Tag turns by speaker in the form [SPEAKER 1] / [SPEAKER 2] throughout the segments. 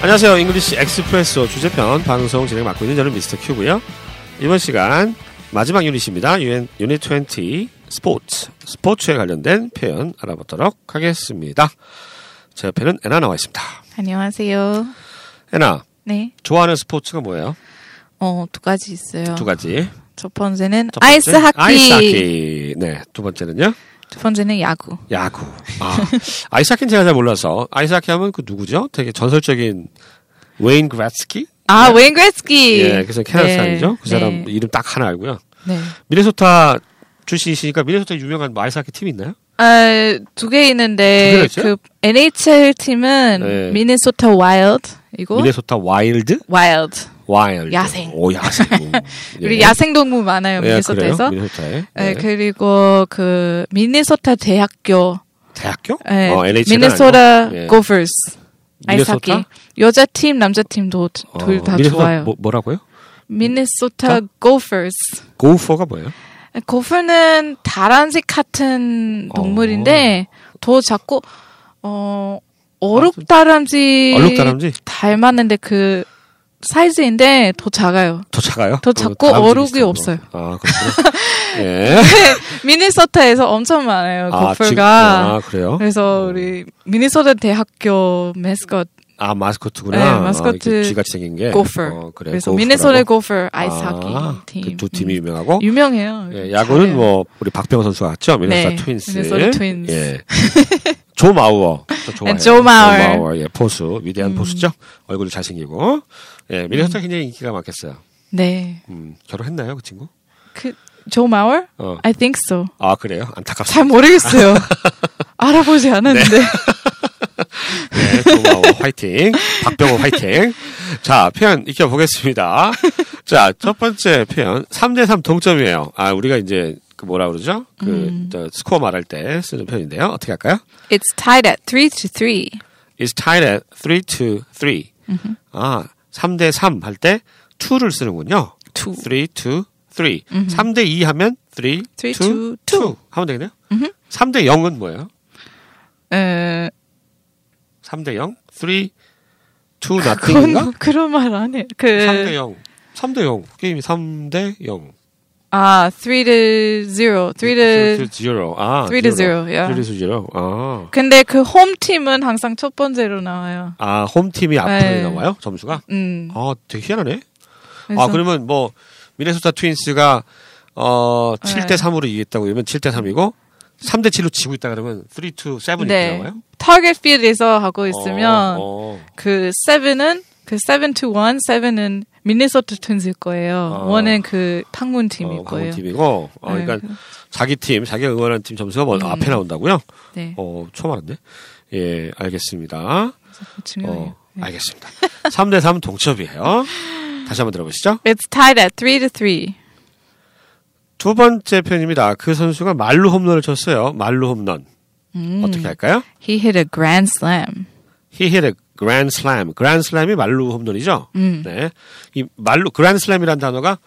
[SPEAKER 1] 안녕하세요. 잉글리시 엑스프레소 주제편 방송 진행 맡고 있는 저는 미스터 큐고요. 이번 시간 마지막 유닛입니다. 유엔 유닛 20 스포츠 스포츠에 관련된 표현 알아보도록 하겠습니다. 제 옆에는 애나 나와 있습니다.
[SPEAKER 2] 안녕하세요.
[SPEAKER 1] 애나
[SPEAKER 2] 네.
[SPEAKER 1] 좋아하는 스포츠가 뭐예요?
[SPEAKER 2] 어, 두 가지 있어요.
[SPEAKER 1] 두 가지.
[SPEAKER 2] 첫 번째는
[SPEAKER 1] 첫 번째,
[SPEAKER 2] 아이스 하키.
[SPEAKER 1] 아이스 하키. 네. 두 번째는요?
[SPEAKER 2] 두 번째는 야구.
[SPEAKER 1] 야구. 아, 아이스 하키는 제가 잘 몰라서 아이스 하키 하면 그 누구죠? 되게 전설적인 웨인 그라츠키?
[SPEAKER 2] 아, 웨인 그레스키.
[SPEAKER 1] 네. 예, 그래서 캐나다 사람이죠. 그 사람
[SPEAKER 2] 네.
[SPEAKER 1] 이름 딱 하나 알고요.
[SPEAKER 2] 네.
[SPEAKER 1] 미네소타 출신이시니까 미네소타 유명한 아이스 하키 팀이 있나요?
[SPEAKER 2] 아,
[SPEAKER 1] 두
[SPEAKER 2] 두 개
[SPEAKER 1] 개가
[SPEAKER 2] 있는데
[SPEAKER 1] 있어요?
[SPEAKER 2] 그 NHL 팀은
[SPEAKER 1] 네.
[SPEAKER 2] 미네소타 와일드이고
[SPEAKER 1] 미네소타 와일드?
[SPEAKER 2] 와일드.
[SPEAKER 1] 와일드.
[SPEAKER 2] 뭐? 야생.
[SPEAKER 1] 오, 야생. 음,
[SPEAKER 2] 우리
[SPEAKER 1] 예.
[SPEAKER 2] 야생 동물 많아요,
[SPEAKER 1] 예,
[SPEAKER 2] 미네소타에서.
[SPEAKER 1] 그래요? 미네소타에.
[SPEAKER 2] 예,
[SPEAKER 1] 예.
[SPEAKER 2] 그리고 그 미네소타 대학교
[SPEAKER 1] 대학교?
[SPEAKER 2] 예,
[SPEAKER 1] 어, NHL은
[SPEAKER 2] 미네소타
[SPEAKER 1] 아니고? 예.
[SPEAKER 2] 고퍼스 아이스
[SPEAKER 1] 미네소타?
[SPEAKER 2] 하키 여자 팀 남자 팀도 둘
[SPEAKER 1] 어,
[SPEAKER 2] 다
[SPEAKER 1] 미네소타
[SPEAKER 2] 좋아요.
[SPEAKER 1] 뭐, 뭐라고요?
[SPEAKER 2] 미네소타
[SPEAKER 1] 어?
[SPEAKER 2] 고퍼스.
[SPEAKER 1] 고우퍼가 뭐예요?
[SPEAKER 2] 고프는 다란색 같은
[SPEAKER 1] 어.
[SPEAKER 2] 동물인데 더 작고 어 어룩다람쥐
[SPEAKER 1] 얼룩다람쥐?
[SPEAKER 2] 닮았는데 그 사이즈인데 더 작아요.
[SPEAKER 1] 더 작아요?
[SPEAKER 2] 더
[SPEAKER 1] 어,
[SPEAKER 2] 작고
[SPEAKER 1] 다람쥐
[SPEAKER 2] 어록이
[SPEAKER 1] 비슷한 거.
[SPEAKER 2] 없어요.
[SPEAKER 1] 아, 그렇구나. 예.
[SPEAKER 2] 미네소타에서 엄청 많아요
[SPEAKER 1] 아, 지금-
[SPEAKER 2] 고프가. 예.
[SPEAKER 1] 아, 그래요?
[SPEAKER 2] 그래서 우리 미네소타 대학교 메스컷
[SPEAKER 1] 아, 마스코트구나.
[SPEAKER 2] 네,
[SPEAKER 1] 아,
[SPEAKER 2] 마스코트
[SPEAKER 1] 이렇게 쥐같이 생긴 게.
[SPEAKER 2] 고프.
[SPEAKER 1] 어, 그래,
[SPEAKER 2] 그래서
[SPEAKER 1] 고프라고.
[SPEAKER 2] 미네소타 고프 아이스
[SPEAKER 1] 아,
[SPEAKER 2] 하키 팀.
[SPEAKER 1] 그두 팀이
[SPEAKER 2] 음.
[SPEAKER 1] 유명하고.
[SPEAKER 2] 유명해요.
[SPEAKER 1] 예, 야구는
[SPEAKER 2] 음, 잘해요.
[SPEAKER 1] 뭐 우리 박병호 선수가 갔죠. 미네소타
[SPEAKER 2] 네,
[SPEAKER 1] 트윈스.
[SPEAKER 2] 미네소타 트윈스. 네,
[SPEAKER 1] 예. 조 마우어. 또 좋아해요.
[SPEAKER 2] 조 음. 마우어.
[SPEAKER 1] 예, 포수. 위대한 포수죠. 얼굴도 잘생기고. 예, 미네소타 굉장히 인기가 많겠어요.
[SPEAKER 2] 네.
[SPEAKER 1] 음, 결혼했나요, 그 친구?
[SPEAKER 2] 그조 마월?
[SPEAKER 1] 어.
[SPEAKER 2] I think so.
[SPEAKER 1] 아, 그래요? 안타깝습니다.
[SPEAKER 2] 잘 모르겠어요. 알아보지 않았는데.
[SPEAKER 1] 네, 고마워. 화이팅. 박병호 화이팅. 자, 표현 익혀보겠습니다. 자, 첫 번째 표현. 3대3 동점이에요. 아, 우리가 이제, 그 뭐라 그러죠? 그,
[SPEAKER 2] 음.
[SPEAKER 1] 저 스코어 말할 때 쓰는 표현인데요. 어떻게 할까요?
[SPEAKER 2] It's tied at 3 to 3.
[SPEAKER 1] is tied at 3 to 3. 아, 3대3 할 때 2를 쓰는군요.
[SPEAKER 2] 2.
[SPEAKER 1] 3 to 3. 3대2 하면 3,
[SPEAKER 2] Three,
[SPEAKER 1] 2,
[SPEAKER 2] two,
[SPEAKER 1] 2.
[SPEAKER 2] two.
[SPEAKER 1] 하면 되겠네요. 3대 0은 뭐예요?
[SPEAKER 2] 에,
[SPEAKER 1] 3대 0? 3, 2, nothing인가?
[SPEAKER 2] 아, 그건 그런 말 안 해.
[SPEAKER 1] 3대
[SPEAKER 2] 그
[SPEAKER 1] 0. 3대 0. 게임이 3대 0.
[SPEAKER 2] 아, 3 to 0. 3 to
[SPEAKER 1] 0. 아,
[SPEAKER 2] three to zero, yeah.
[SPEAKER 1] 3 to 0. 아.
[SPEAKER 2] 근데 그 홈팀은 항상 첫 번째로 나와요.
[SPEAKER 1] 아, 홈팀이 앞에
[SPEAKER 2] 네.
[SPEAKER 1] 나와요? 점수가?
[SPEAKER 2] 음.
[SPEAKER 1] 아, 되게 희한하네.
[SPEAKER 2] 그래서
[SPEAKER 1] 아, 그러면 뭐 미네소타 트윈스가 어,
[SPEAKER 2] 네.
[SPEAKER 1] 7대 3으로 이겼다고 그러면 7대 3이고 3대 7로 지고 있다 그러면 3 2 7이
[SPEAKER 2] 네.
[SPEAKER 1] 나와요?
[SPEAKER 2] 타겟 필드에서 하고
[SPEAKER 1] 어,
[SPEAKER 2] 있으면
[SPEAKER 1] 어.
[SPEAKER 2] 그 7은 그 7 to 1, 7은 미네소타 트윈스일 거예요.
[SPEAKER 1] 어.
[SPEAKER 2] 원 1은 그 탕문 팀일
[SPEAKER 1] 어,
[SPEAKER 2] 거예요.
[SPEAKER 1] 강팀이고 어, 그러니까
[SPEAKER 2] 네, 음.
[SPEAKER 1] 자기 팀, 자기가 응원하는 팀 점수가 먼저 앞에 나온다고요?
[SPEAKER 2] 네.
[SPEAKER 1] 어, 처음 알았네. 예, 알겠습니다.
[SPEAKER 2] 중요해요.
[SPEAKER 1] 어, 알겠습니다. 3대 3 동첩이에요. 다시 한번 들어보시죠.
[SPEAKER 2] It's tied at 3 to 3.
[SPEAKER 1] 두 번째 편입니다. 그 선수가 말로 홈런을 쳤어요. 말로 홈런.
[SPEAKER 2] 음.
[SPEAKER 1] 어떻게 할까요?
[SPEAKER 2] He hit a grand slam.
[SPEAKER 1] He hit a grand slam. grand slam이 말루 홈런이죠.
[SPEAKER 2] 음.
[SPEAKER 1] 네. 이 말루 grand slam이라는 단어가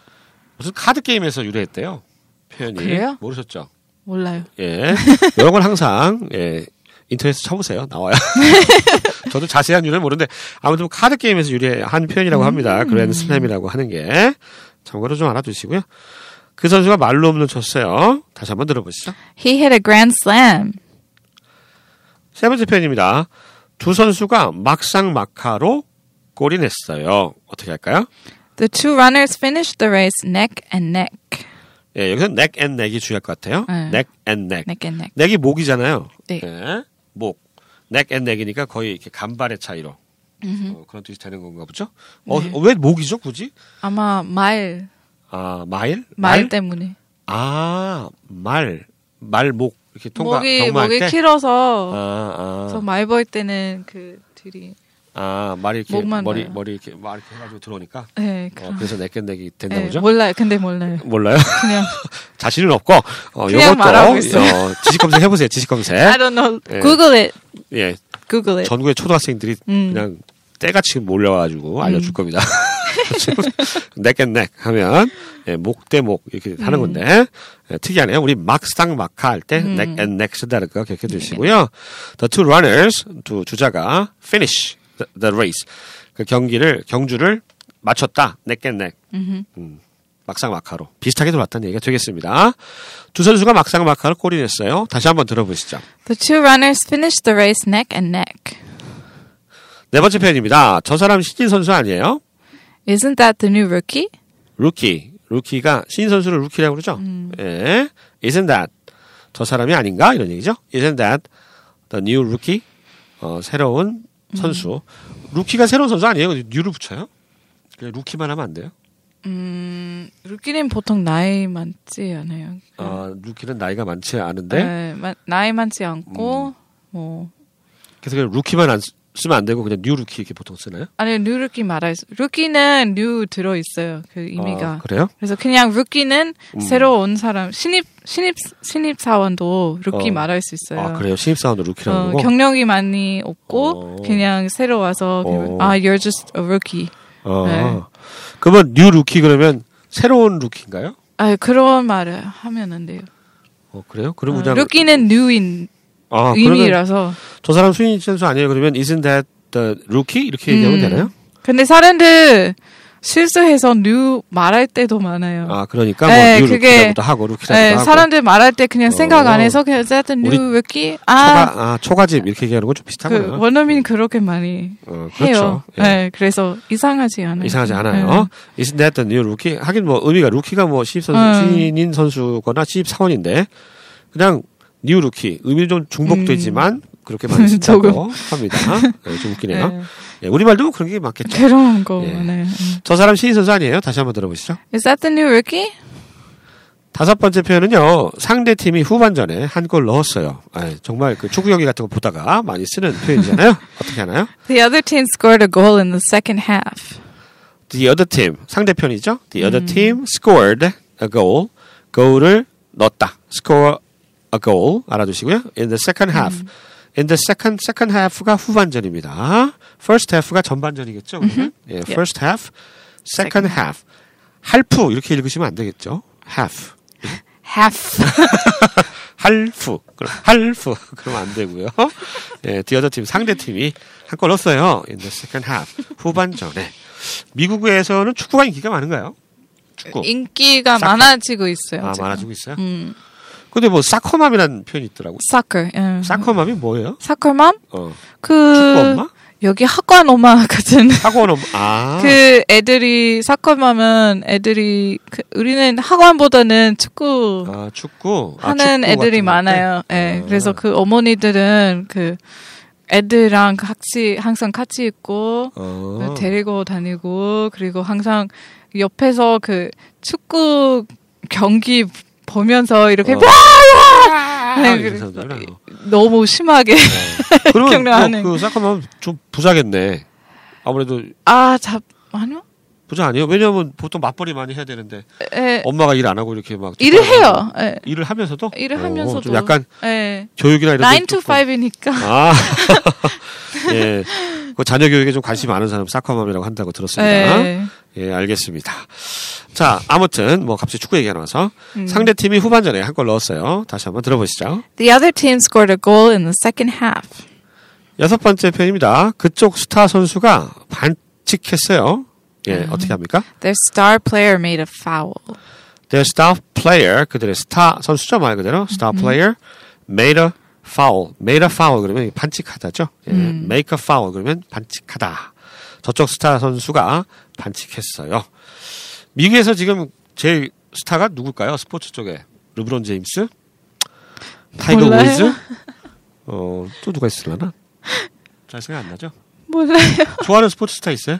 [SPEAKER 1] 무슨 카드 게임에서 유래했대요. 표현이.
[SPEAKER 2] 그래요?
[SPEAKER 1] 모르셨죠?
[SPEAKER 2] 몰라요.
[SPEAKER 1] 예. 이런 건 항상 예. 인터넷에 쳐보세요. 나와요. 저도 자세한 유래는 모르는데 아무튼 뭐 카드 게임에서 유래한 표현이라고 합니다.
[SPEAKER 2] 음.
[SPEAKER 1] grand slam이라고 하는 게 참고로 좀 알아두시고요. 그 선수가 말로 홈런 쳤어요. 다시 한번 들어보시죠.
[SPEAKER 2] He hit a grand slam.
[SPEAKER 1] 세 번째 표현입니다. 두 선수가 막상 막하로 골이 냈어요. 어떻게 할까요?
[SPEAKER 2] The two runners finished the race neck and neck.
[SPEAKER 1] 예, 여기서 neck and neck이 중요할 것 같아요.
[SPEAKER 2] 네.
[SPEAKER 1] neck and neck.
[SPEAKER 2] neck and neck.
[SPEAKER 1] neck이 목이잖아요.
[SPEAKER 2] 네.
[SPEAKER 1] 예, 목. neck and neck이니까 거의 이렇게 간발의 차이로. 어, 그런 뜻이 되는 건가 보죠? 어,
[SPEAKER 2] 네.
[SPEAKER 1] 왜 목이죠, 굳이?
[SPEAKER 2] 아마 말,
[SPEAKER 1] 아, 마일?
[SPEAKER 2] 말, 때문에.
[SPEAKER 1] 아, 말. 말목. 이렇게 통과,
[SPEAKER 2] 목이,
[SPEAKER 1] 경마할
[SPEAKER 2] 목이
[SPEAKER 1] 때.
[SPEAKER 2] 길어서,
[SPEAKER 1] 아,
[SPEAKER 2] 그래서
[SPEAKER 1] 아.
[SPEAKER 2] 말 볼 때는 그 둘이,
[SPEAKER 1] 아, 말이 이렇게,
[SPEAKER 2] 목만 네.
[SPEAKER 1] 머리,
[SPEAKER 2] 봐요.
[SPEAKER 1] 머리 이렇게, 말 이렇게 해가지고 들어오니까.
[SPEAKER 2] 네,
[SPEAKER 1] 어,
[SPEAKER 2] 그런.
[SPEAKER 1] 그래서 neck and neck이 된다
[SPEAKER 2] 네,
[SPEAKER 1] 보죠?
[SPEAKER 2] 몰라요. 근데 몰라요.
[SPEAKER 1] 몰라요?
[SPEAKER 2] 그냥,
[SPEAKER 1] 자신은 없고 어,
[SPEAKER 2] 그냥 말하고
[SPEAKER 1] 요것도
[SPEAKER 2] 있어요. 아,
[SPEAKER 1] 어, 지식 검색 해보세요. 지식 검색.
[SPEAKER 2] I don't know.
[SPEAKER 1] 네.
[SPEAKER 2] Google it.
[SPEAKER 1] 예,
[SPEAKER 2] Google it.
[SPEAKER 1] 전국의 초등학생들이
[SPEAKER 2] 음.
[SPEAKER 1] 그냥 때같이 몰려와가지고 알려줄 겁니다. 넥앤넥 하면 예, 목대목 이렇게 하는
[SPEAKER 2] 음.
[SPEAKER 1] 건데 예, 특이하네요. 우리 막상 막하 할 때
[SPEAKER 2] 네.
[SPEAKER 1] 넥앤넥 쓴다는 거 기억해 두시고요. The two runners 두 주자가 finish the, the race. 그 경기를 경주를 마쳤다. 넥앤넥. 음, 막상막하로 비슷하게 돌았다는 얘기가 되겠습니다. 두 선수가 막상막하로 골이 냈어요. 다시 한번 들어보시죠.
[SPEAKER 2] The two runners finished the race neck and neck.
[SPEAKER 1] 네 번째 표현입니다. 저 사람 신인 선수 아니에요?
[SPEAKER 2] Isn't that the new rookie?
[SPEAKER 1] 루키. 루키가 신인 선수를 루키라고 그러죠.
[SPEAKER 2] 음.
[SPEAKER 1] 예. Isn't that 저 사람이 아닌가 이런 얘기죠. Isn't that the new rookie? 어, 새로운
[SPEAKER 2] 음.
[SPEAKER 1] 선수. 루키가 새로운 선수 아니에요? 뉴를 붙여요? 그냥 루키만 하면 안 돼요?
[SPEAKER 2] 음, 루키는 보통 나이 많지 않아요.
[SPEAKER 1] 어, 루키는 나이가 많지 않은데
[SPEAKER 2] 네, 마- 나이 많지
[SPEAKER 1] 음.
[SPEAKER 2] 않고 뭐
[SPEAKER 1] 그래서 그냥 루키만 안 쓰- 쓰면 안 되고 그냥 뉴 루키 이렇게 보통 쓰나요?
[SPEAKER 2] 아니 뉴 루키 말할 수 루키는 뉴 들어 있어요 그 의미가
[SPEAKER 1] 아, 그래요? 음.
[SPEAKER 2] 그래서 그냥 루키는 새로 온 사람 신입 신입 신입 사원도 루키
[SPEAKER 1] 어.
[SPEAKER 2] 말할 수 있어요.
[SPEAKER 1] 아 그래요? 신입 사원도 루키라는
[SPEAKER 2] 네. 어,
[SPEAKER 1] 거고.
[SPEAKER 2] 경력이 많이 없고
[SPEAKER 1] 어.
[SPEAKER 2] 그냥 새로 와서 그냥,
[SPEAKER 1] 어.
[SPEAKER 2] 아 you're just a rookie.
[SPEAKER 1] 어.
[SPEAKER 2] 네.
[SPEAKER 1] 그러면 뉴 루키 그러면 새로운 루키인가요?
[SPEAKER 2] 아 그런 말을 하면 안 돼요.
[SPEAKER 1] 어 그래요?
[SPEAKER 2] 어,
[SPEAKER 1] 그럼 그냥
[SPEAKER 2] 루키는 뉴인
[SPEAKER 1] 아, 그러면
[SPEAKER 2] 의미라서.
[SPEAKER 1] 저 사람 수인 선수 아니에요? 그러면 isn't that the rookie 이렇게 얘기하면
[SPEAKER 2] 음.
[SPEAKER 1] 되나요?
[SPEAKER 2] 근데 사람들 실수해서 뉴 말할 때도 많아요.
[SPEAKER 1] 아 그러니까
[SPEAKER 2] 네,
[SPEAKER 1] 뭐 뉴
[SPEAKER 2] 그게-
[SPEAKER 1] 루키라고도 하고 루키라고도
[SPEAKER 2] 네,
[SPEAKER 1] 하고
[SPEAKER 2] 사람들 말할 때 그냥
[SPEAKER 1] 어.
[SPEAKER 2] 생각 안 해서 그냥 어쨌든
[SPEAKER 1] 우리
[SPEAKER 2] 뉴 루키 아
[SPEAKER 1] 초가 아 초가집 이렇게 얘기하는 건 좀 비슷하구나.
[SPEAKER 2] 그 원어민 그렇게 많이
[SPEAKER 1] 어,
[SPEAKER 2] 해요.
[SPEAKER 1] 그렇죠. 예.
[SPEAKER 2] 네, 그래서 이상하지 않아요. 네,
[SPEAKER 1] 이상하지 않아요. 예. Isn't that the new rookie? 하긴 뭐 의미가 루키가 뭐 신입 선수,
[SPEAKER 2] 음.
[SPEAKER 1] 신인 선수거나 신입 사원인데 그냥 new rookie 의미 좀 중복되지만 그렇게 많이 쓴다고 합니다. 예, 좀
[SPEAKER 2] 네.
[SPEAKER 1] 웃기네요. 예, 우리 말도 그런 게 많겠죠.
[SPEAKER 2] 그런 거.
[SPEAKER 1] 예.
[SPEAKER 2] 네.
[SPEAKER 1] 저 사람 신인 선수 아니에요? 다시 한번 들어보시죠.
[SPEAKER 2] Is that the new rookie?
[SPEAKER 1] 다섯 번째 표현은요. 상대 팀이 후반전에 한 골 넣었어요. 아, 정말 그 축구 경기 같은 거 보다가 많이 쓰는 표현이잖아요. 어떻게 하나요?
[SPEAKER 2] The other team scored a goal in the second half.
[SPEAKER 1] The other team 상대편이죠. The other team scored a goal. goal을 넣었다. score a goal 알아두시고요. In the second half. In the second second half가 후반전입니다. First half가 전반전이겠죠. 그러면? 예, first half, second half. 할프 이렇게 읽으시면 안 되겠죠. half.
[SPEAKER 2] Half.
[SPEAKER 1] 할프. 그럼 할프. 그러면 안 되고요.
[SPEAKER 2] 어?
[SPEAKER 1] 예, 디어더 팀 상대 팀이 한 골 넣었어요. In the second half. 후반전에. 미국에서는 축구가 인기가 많은가요? 축구.
[SPEAKER 2] 예, 인기가
[SPEAKER 1] Soccer.
[SPEAKER 2] 많아지고 있어요.
[SPEAKER 1] 어. 아,
[SPEAKER 2] 지금.
[SPEAKER 1] 많아지고 있어요.
[SPEAKER 2] 음.
[SPEAKER 1] 근데 뭐 사커맘이라는 표현이 있더라고.
[SPEAKER 2] Soccer. 예.
[SPEAKER 1] 사커맘이 뭐예요?
[SPEAKER 2] 사커맘?
[SPEAKER 1] 어.
[SPEAKER 2] 그
[SPEAKER 1] 축구 엄마?
[SPEAKER 2] 여기 학관 엄마 같은
[SPEAKER 1] 학원 엄마. 아.
[SPEAKER 2] 그 애들이 사커맘은 애들이 그 우리는 학원보다는 축구
[SPEAKER 1] 아, 축구. 아,
[SPEAKER 2] 하는
[SPEAKER 1] 축구
[SPEAKER 2] 애들이
[SPEAKER 1] 같은
[SPEAKER 2] 많아요. 예.
[SPEAKER 1] 건데? 아.
[SPEAKER 2] 그래서 그 어머니들은 그 애들랑 그 같이 항상 같이 있고 그
[SPEAKER 1] 어.
[SPEAKER 2] 데리고 다니고 그리고 항상 옆에서 그 축구 경기 보면서 이렇게
[SPEAKER 1] 어.
[SPEAKER 2] 와! 와!
[SPEAKER 1] 아, 음.
[SPEAKER 2] 네,
[SPEAKER 1] 이런
[SPEAKER 2] 그래서
[SPEAKER 1] 사람들이구나.
[SPEAKER 2] 너무 심하게
[SPEAKER 1] 그러면
[SPEAKER 2] 경련하네.
[SPEAKER 1] 뭐, 그 사커맘 좀 부자겠네. 아무래도
[SPEAKER 2] 아, 잡 아니요?
[SPEAKER 1] 부자 아니에요? 왜냐면 보통 맞벌이 많이 해야 되는데
[SPEAKER 2] 예.
[SPEAKER 1] 엄마가 일 안 하고 이렇게 막
[SPEAKER 2] 일을
[SPEAKER 1] 쫓아가고.
[SPEAKER 2] 해요. 예.
[SPEAKER 1] 일을 하면서도
[SPEAKER 2] 일을
[SPEAKER 1] 오,
[SPEAKER 2] 하면서도
[SPEAKER 1] 좀 약간
[SPEAKER 2] 예.
[SPEAKER 1] 교육이나 이런
[SPEAKER 2] 9 to
[SPEAKER 1] 좀-
[SPEAKER 2] 5이니까
[SPEAKER 1] 아. 예. 그 자녀 교육에 좀 관심 많은 사람 사커맘이라고 한다고 들었습니다.
[SPEAKER 2] 예.
[SPEAKER 1] 예, 알겠습니다. 자, 아무튼 뭐 갑자기 축구 얘기가 나와서
[SPEAKER 2] 음.
[SPEAKER 1] 상대 팀이 후반전에 한 골 넣었어요. 다시 한번 들어보시죠.
[SPEAKER 2] The other team scored a goal in the second half.
[SPEAKER 1] 여섯 번째 편입니다. 그쪽 스타 선수가 반칙했어요. 예,
[SPEAKER 2] 음.
[SPEAKER 1] 어떻게 합니까?
[SPEAKER 2] Their star player made a foul.
[SPEAKER 1] The star player 그들의 스타 선수죠 말 그대로 star
[SPEAKER 2] 음.
[SPEAKER 1] player made a foul, made a foul 그러면 반칙하다죠. 예,
[SPEAKER 2] 음.
[SPEAKER 1] make a foul 그러면 반칙하다. 저쪽 스타 선수가 반칙했어요. 미국에서 지금 제일 스타가 누굴까요? 스포츠 쪽에 르브론 제임스, 타이거
[SPEAKER 2] 몰라요.
[SPEAKER 1] 우즈, 어또 누가 있을라나? 잘 생각 안 나죠?
[SPEAKER 2] 몰라요.
[SPEAKER 1] 좋아하는 스포츠 스타 있어요?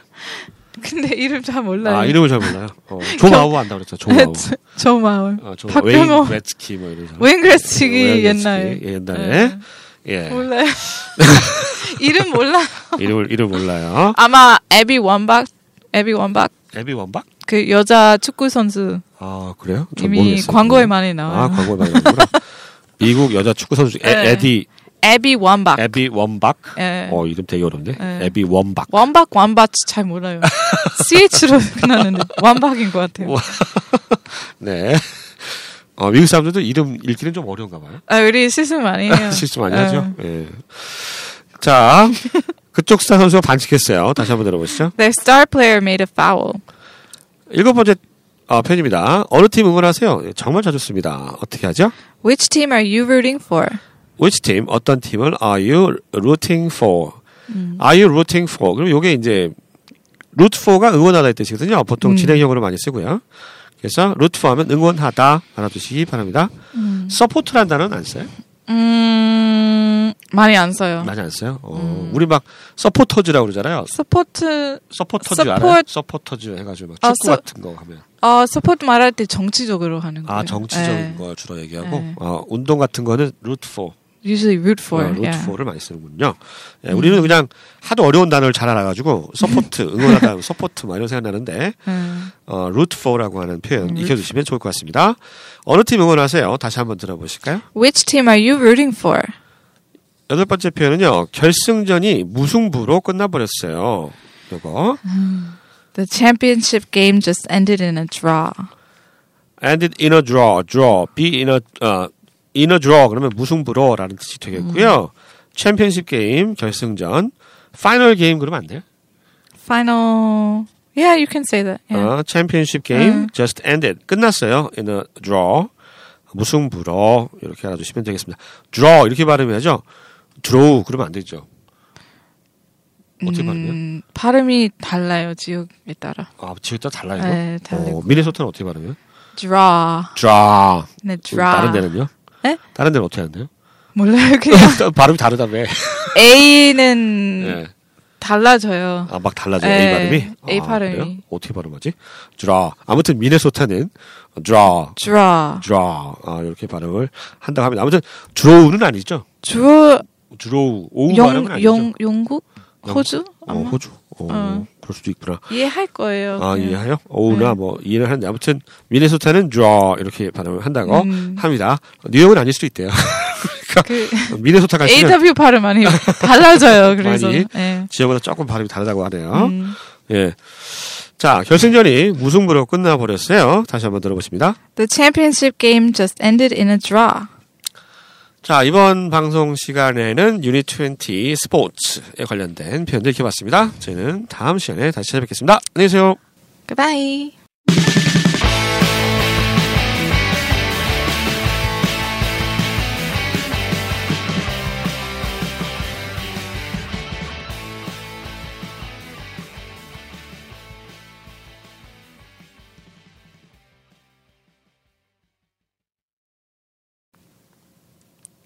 [SPEAKER 2] 근데 이름 잘 몰라요.
[SPEAKER 1] 아 이름을 잘 몰라요. 어, 조마우 안다 그랬죠. 조마우.
[SPEAKER 2] 저 마을.
[SPEAKER 1] 어, 저 웨인
[SPEAKER 2] 박병호.
[SPEAKER 1] 레츠키 뭐 이런 사람.
[SPEAKER 2] 웨인 그레츠기
[SPEAKER 1] 웨인
[SPEAKER 2] 옛날. 네.
[SPEAKER 1] 그레츠키, 예, 옛날에 예
[SPEAKER 2] 몰라요. 이름 몰라.
[SPEAKER 1] 이름을 이름 몰라요.
[SPEAKER 2] 아마 에비 원박, 에비 원박
[SPEAKER 1] 에비 원박?
[SPEAKER 2] 그 여자 축구 선수
[SPEAKER 1] 아 그래요? 전
[SPEAKER 2] 이미
[SPEAKER 1] 모르겠어요.
[SPEAKER 2] 광고에 많이 나와요.
[SPEAKER 1] 아 광고에 많이 나오구나. 미국 여자 축구 선수 에,
[SPEAKER 2] 네.
[SPEAKER 1] 에디
[SPEAKER 2] 에비 원박.
[SPEAKER 1] 에비 원박.
[SPEAKER 2] 예.
[SPEAKER 1] 어 이름 되게 어렵네.
[SPEAKER 2] 네.
[SPEAKER 1] 에비 원박.
[SPEAKER 2] 원박 원박 잘 몰라요. CH로 끝나는데 원박인 것 같아요.
[SPEAKER 1] 와. 네. 어, 미국 사람들도 이름 읽기는 좀 어려운가 봐요.
[SPEAKER 2] 아, 우리 실수 많이 해요.
[SPEAKER 1] 실수 많이
[SPEAKER 2] 예.
[SPEAKER 1] 하죠. 예. 자, 그쪽 스타 선수가 반칙했어요. 다시 한번 들어보시죠.
[SPEAKER 2] Their star player made a foul.
[SPEAKER 1] 일곱 번째 아, 편입니다. 어느 팀 응원하세요? 예, 정말 자주 씁니다. 어떻게 하죠?
[SPEAKER 2] Which team are you rooting for?
[SPEAKER 1] Which team? 어떤 팀을 are you rooting for?
[SPEAKER 2] 음.
[SPEAKER 1] Are you rooting for? 그럼 요게 이제 root for가 응원하다의 뜻이거든요.
[SPEAKER 2] 음.
[SPEAKER 1] 보통 진행형으로 많이 쓰고요. 그래서 root for 하면 응원하다 알아두시기 바랍니다. support란 단어는 안 써요?
[SPEAKER 2] 음, 많이 안 써요.
[SPEAKER 1] 많이 안 써요. 어,
[SPEAKER 2] 음.
[SPEAKER 1] 우리 막 서포터즈라고 그러잖아요.
[SPEAKER 2] 서포트,
[SPEAKER 1] 서포터즈
[SPEAKER 2] 서포-
[SPEAKER 1] 알아요? 서포터즈 해가지고 막
[SPEAKER 2] 아,
[SPEAKER 1] 축구
[SPEAKER 2] 서-
[SPEAKER 1] 같은 거 하면
[SPEAKER 2] 어, 서포트 말할 때 정치적으로 하는 거예요.
[SPEAKER 1] 아 정치적인
[SPEAKER 2] 네.
[SPEAKER 1] 걸 주로 얘기하고
[SPEAKER 2] 네.
[SPEAKER 1] 어, 운동 같은 거는 root for
[SPEAKER 2] Usually root for.
[SPEAKER 1] 어,
[SPEAKER 2] yeah.
[SPEAKER 1] 로트포를 많이 쓰는군요. 예, 우리는 그냥 하도 어려운 단어를 잘 알아가지고 서포트 응원하다 하면 서포트 막 이런 생각 나는데
[SPEAKER 2] 음.
[SPEAKER 1] 어, 루트포라고 하는 표현 익혀두시면 좋을 것 같습니다. 어느 팀 응원하세요? 다시 한번 들어보실까요?
[SPEAKER 2] Which team are you rooting for?
[SPEAKER 1] 여덟 번째 표현은요. 결승전이 무승부로 끝나버렸어요. 요거
[SPEAKER 2] The championship game just ended in a draw.
[SPEAKER 1] ended in a draw, draw, be in a 어, in a draw 그러면 무승부로라는 뜻이 되겠고요. 챔피언십 게임 결승전 파이널 게임 그러면 안 돼요?
[SPEAKER 2] Final. Yeah, you can say that. Yeah.
[SPEAKER 1] 어, 챔피언십 게임
[SPEAKER 2] 음.
[SPEAKER 1] just ended 끝났어요. In a draw 무승부로 이렇게 알아두시면 되겠습니다. draw 이렇게 발음해야죠. draw 그러면 안 되죠. 어떻게 발음해요?
[SPEAKER 2] 음, 발음이 달라요 지역에 따라.
[SPEAKER 1] 아 지금 따라 달라요.
[SPEAKER 2] 네,
[SPEAKER 1] 어,
[SPEAKER 2] 달라요.
[SPEAKER 1] 미네소타는 어떻게 발음해요?
[SPEAKER 2] Draw.
[SPEAKER 1] draw.
[SPEAKER 2] 네, draw.
[SPEAKER 1] 다른 데는요?
[SPEAKER 2] 네?
[SPEAKER 1] 다른 데는 어떻게 하는데요?
[SPEAKER 2] 몰라요 그냥.
[SPEAKER 1] 발음이 다르다며.
[SPEAKER 2] A는
[SPEAKER 1] 예.
[SPEAKER 2] 달라져요.
[SPEAKER 1] 아, 막 달라져요.
[SPEAKER 2] 음. 네,
[SPEAKER 1] A 발음이?
[SPEAKER 2] A
[SPEAKER 1] 아,
[SPEAKER 2] 발음이.
[SPEAKER 1] 그래요? 어떻게 발음하지? draw. 아무튼 미네소타는 draw.
[SPEAKER 2] Draw.
[SPEAKER 1] draw. 아, 이렇게 발음을 한다고 합니다. 아무튼 draw는 아니죠.
[SPEAKER 2] 주
[SPEAKER 1] 드로우 오우 발음은
[SPEAKER 2] 영,
[SPEAKER 1] 아니죠.
[SPEAKER 2] 영, 영국? 호주?
[SPEAKER 1] 어,
[SPEAKER 2] 아마?
[SPEAKER 1] 호주. 어,
[SPEAKER 2] 어.
[SPEAKER 1] 그럴 수도 있구나.
[SPEAKER 2] 이해할 거예요. 네.
[SPEAKER 1] 아
[SPEAKER 2] 그냥.
[SPEAKER 1] 이해해요? 오우나 뭐 이해를 하는데 아무튼 미네소타는 draw 이렇게 발음을 한다고
[SPEAKER 2] 음.
[SPEAKER 1] 합니다. 뉴욕은 아닐 수도 있대요.
[SPEAKER 2] 그
[SPEAKER 1] 미네소타 아, 가시면
[SPEAKER 2] AW 발음 많이 달라져요. 그래서.
[SPEAKER 1] 많이?
[SPEAKER 2] 예.
[SPEAKER 1] 지역마다 조금 발음이 다르다고 하네요.
[SPEAKER 2] 음.
[SPEAKER 1] 예. 자 결승전이 무승부로 끝나버렸어요. 다시 한번 들어보십니다.
[SPEAKER 2] The championship game just ended in a draw.
[SPEAKER 1] 자 이번 방송 시간에는 유닛 20 스포츠에 관련된 표현들 익혀봤습니다. 저희는 다음 시간에 다시 찾아뵙겠습니다. 안녕히 계세요.
[SPEAKER 2] Goodbye.